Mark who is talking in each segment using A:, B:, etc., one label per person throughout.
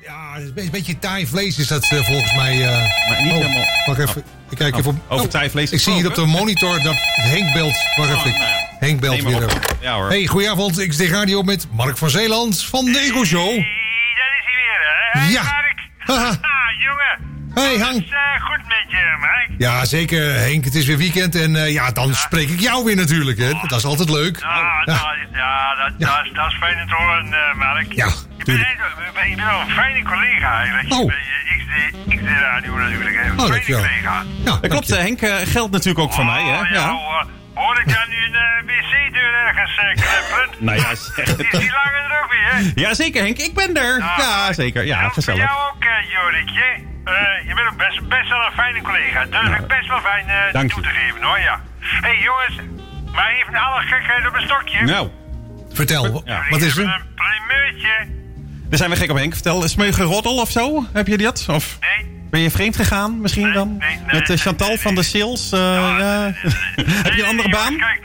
A: Ja, het is een beetje taai vlees is dat eh, volgens mij. eh.
B: Maar niet
A: oh,
B: helemaal. Nou.
A: Wacht even. Ik kijk even op.
B: over
A: oh,
B: taai vlees
A: Ik zie hier op de
B: gesproken.
A: monitor dat Henk belt. Wacht
B: Oh,
A: even.
B: nou ja.
A: Henk belt
B: Neem maar
A: weer.
B: op.
A: even.
B: Ja hoor.
A: Hey, goedenavond. Ik zeg radio met Mark van Zeeland van de Ego Show.
C: Hey, daar is hij weer, hè? Hey,
A: Ja.
C: Mark.
A: Haha.
C: Ah, jongen.
A: Hey,
C: Alles,
A: Hank.
C: eh, goed met je, Mark.
A: Ja, zeker Henk. Het is weer weekend en eh, ja, dan spreek ik jou weer natuurlijk. Hè. Dat is altijd leuk.
C: Ah,
A: Ja.
C: dat is- ja, dat,
A: Ja.
C: Dat, is, dat is fijn te horen, eh, Mark.
A: Ja,
C: je bent,
A: tuurlijk.
C: een- je bent wel een fijne collega eigenlijk. eh,
A: Oh.
C: Je bent je XD, XD Radio natuurlijk. Hè. Een
A: Oh,
C: fijne
A: dankjewel.
C: collega.
A: Ja,
B: Dat klopt,
A: dank je.
B: eh, Henk eh, geldt natuurlijk ook voor mij.
C: Oh,
B: Hè?
C: ja,
B: Ja.
C: hoor. Hoor ik daar nu een eh, wc-deur ergens eh, knipperen?
B: Nou ja, zeg.
C: Is die langer er ook weer, hè?
B: Ja, zeker Henk, ik ben er. Ja, zeker. Ja,
C: En Voor
B: Ah, gezellig.
C: jou ook, eh, Jorik. Je, eh, je bent ook best, best wel een fijne collega. Dat vind ik best wel fijn eh,
B: dank
C: toe
B: je.
C: te geven, hoor, ja. Hé, hey, jongens. Maar even alle gekheid op een stokje.
B: Nou,
A: Vertel,
B: Ja.
A: wat is er?
C: Een primeurtje.
B: daar zijn we gek op Henk. Vertel, smeuge roddel of zo? Heb je dat? Of
C: Nee.
B: ben je vreemd gegaan misschien
C: Nee,
B: dan?
C: nee, nee,
B: Met eh,
C: nee,
B: Chantal
C: nee,
B: van de
C: Ah, nee.
B: Sales? eh, ja. Heb je een andere
C: Jongens,
B: baan?
C: Kijk,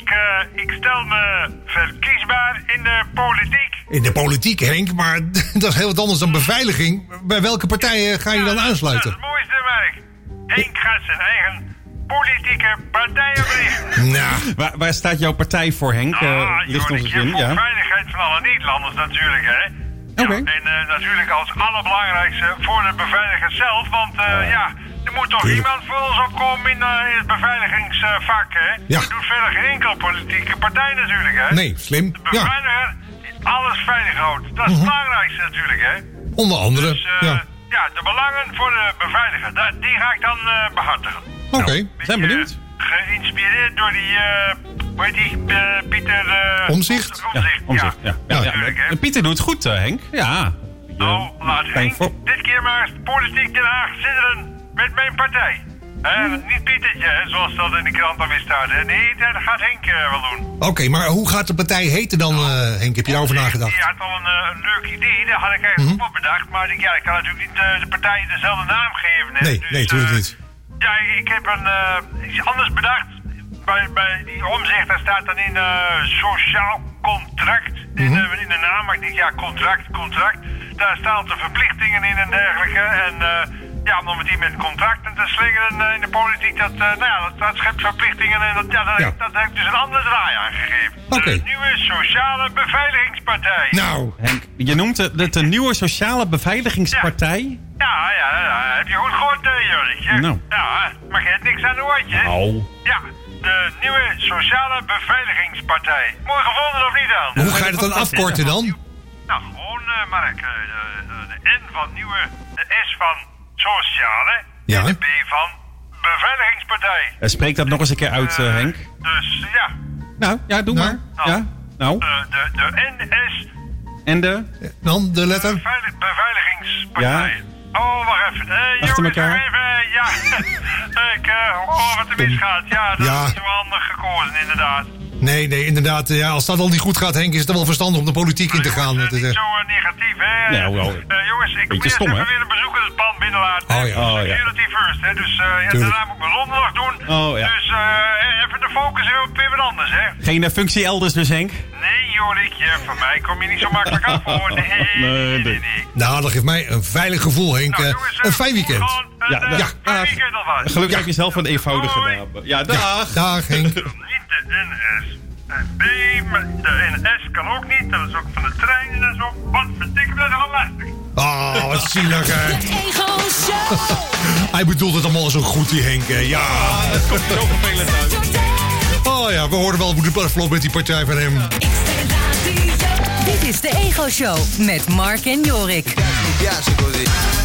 C: ik, eh, ik stel me verkiesbaar in de politiek.
A: In de politiek, Henk, maar dat is heel wat anders dan beveiliging. Bij welke partijen ga je dan
C: Dat
A: aansluiten?
C: is het mooiste werk. Henk gaat zijn eigen politieke partij oprichten.
A: Nou,
B: Waar, waar staat jouw partij voor Henk? Eh,
C: Ah,
B: ligt
C: Jorik,
B: ons
C: je
B: in?
C: voor
B: Ja.
C: veiligheid van alle Nederlanders natuurlijk, hè. Ja,
B: Oké.
C: en eh, natuurlijk als allerbelangrijkste voor de beveiligers zelf, want eh, ja, er moet toch
A: Tuurlijk.
C: iemand voor ons opkomen in, eh, in het beveiligingsvak, hè.
A: Ja.
C: Dat doet verder geen enkele politieke partij natuurlijk, hè.
A: nee, slim.
C: De
A: Ja,
C: beveiliger die alles veilig houdt. Dat is het belangrijkste natuurlijk, hè.
A: onder andere.
C: Dus, eh, ja.
A: Ja,
C: de belangen voor de beveiliger, da- die ga ik dan eh, behartigen.
A: oké.
B: Zijn
C: Beetje,
B: benieuwd.
C: eh, Geïnspiraerd door die, eh hoe heet die, eh, Pieter... eh,
A: Omtzigt?
B: Ja,
C: Omtzigt,
B: omzicht. Ja, ja, ja.
C: Natuurlijk, hè.
B: Pieter doet het goed, eh, Henk. Ja.
C: Nou, laat
B: Fijn
C: Henk
B: voor-
C: dit keer maar eens politiek Den Haag zitten met mijn partij. Hè, niet Pietertje, hè, zoals dat in de krant dan weer staat. hè. Nee, dat gaat Henk eh, wel doen.
A: Oké, maar hoe gaat de partij heten dan, eh, Henk? Heb je daarover
C: Die
A: nagedacht? Mhm.
C: had al een, eh, een leuk idee, daar had ik eigenlijk ook op bedacht. Maar ik, ja, ik kan natuurlijk niet eh, de partij dezelfde naam geven. Hè,
A: Nee, nee, tuurlijk
C: eh,
A: niet.
C: Ja, ik, ik heb een, eh, iets anders bedacht. Bij, bij die omzicht, daar staat dan in eh, sociaal contract. In,
A: Mhm.
C: eh, in de naam, maar ik denk, ja, contract, contract. Daar staan de verplichtingen in en dergelijke. En eh, ja, om dan met die met contracten te slingeren eh, in de politiek, dat, eh, nou ja, dat, dat schept verplichtingen. En dat, ja, dat,
A: Ja.
C: dat heb ik dus een andere draai aangegeven. Dus
A: Oké.
C: De nieuwe sociale beveiligingspartij.
A: Nou,
B: Henk, je noemt het het een nieuwe sociale beveiligingspartij.
C: Ja, ja, ja, heb je goed gehoord, eh, Jorritje?
B: Nou.
C: Ja, maar je hebt niks aan de oortje. hè?
B: Nou.
C: Ja, de nieuwe Sociale Beveiligingspartij. Mooi gevonden of niet dan?
A: hoe ga je dat dan afkorten dan?
C: Nou, gewoon, eh, Mark, eh, de, de- de N van nieuwe, de S van sociale,
A: Ja.
C: en de B van beveiligingspartij.
B: Eh, Spreek dat nog eens een keer uit, eh,
C: Eh,
B: Henk.
C: Dus ja,
B: Nou, ja, doe
A: Nou.
B: maar. Ja, nou.
C: eh, de, de NS
B: En de...
A: Dan de letter?
C: Beveilig, beveiligingspartij. Oh, wacht even. Eh,
B: Achter
C: jongens,
B: elkaar.
C: Even, eh, ja, ik eh, hoor wat er misgaat. Ja, dat
A: Ja.
C: is wel handig gekozen, inderdaad.
A: Nee, nee, inderdaad. eh, Ja, als dat al niet goed gaat, Henk, is het dan wel verstandig om de politiek in te gaan.
C: Jongens,
A: Dat
C: eh,
A: is
C: niet
A: echt-
C: zo eh, negatief, hè.
B: Nee, wel.
C: Eh, jongens, ik moet eerst
B: stom,
C: even
B: hè?
C: weer een bezoekersband binnenlaten.
A: Oh, ja.
B: Oh, ja.
C: Security first, hè. Dus eh, ja,
A: Tuurlijk.
C: daarna moet ik mijn londen nog doen.
B: Oh, ja.
C: Dus eh, even de focus weer op weer wat anders, hè.
B: Geen eh, functie elders dus, Henk.
C: Nee, Jorikje, van mij kom je niet zo makkelijk af, hoor. Nee, nee,
B: Nee,
C: nee.
B: nee.
C: nee.
A: Nou, dat geeft mij een veilig gevoel, Henk.
C: Nou,
A: eh,
C: jongens, eh,
A: Een fijn weekend.
C: gewoon Een,
B: Ja,
C: ja,
B: ja.
C: fijn weekend alvast.
B: Gelukkig heb je zelf een eenvoudige
C: Doei.
B: naam. Ja, dag.
A: Dag, Henk.
C: Niet de NS. En B, maar de NS kan ook niet. Dat is ook van de trein en zo. Wat verdikken we dat allemaal lastig?
A: Oh, wat zielig, hè.
D: De Ego Show.
A: Hij bedoelt het allemaal zo goed, die Henk. hè. Ja.
C: Ah,
B: Dat komt zo vervelend uit.
A: Oh ja, we horen wel hoe de afloop met die partij van hem.
D: Dit is de Ego Show met Mark en Jorik.
E: Mi piace così.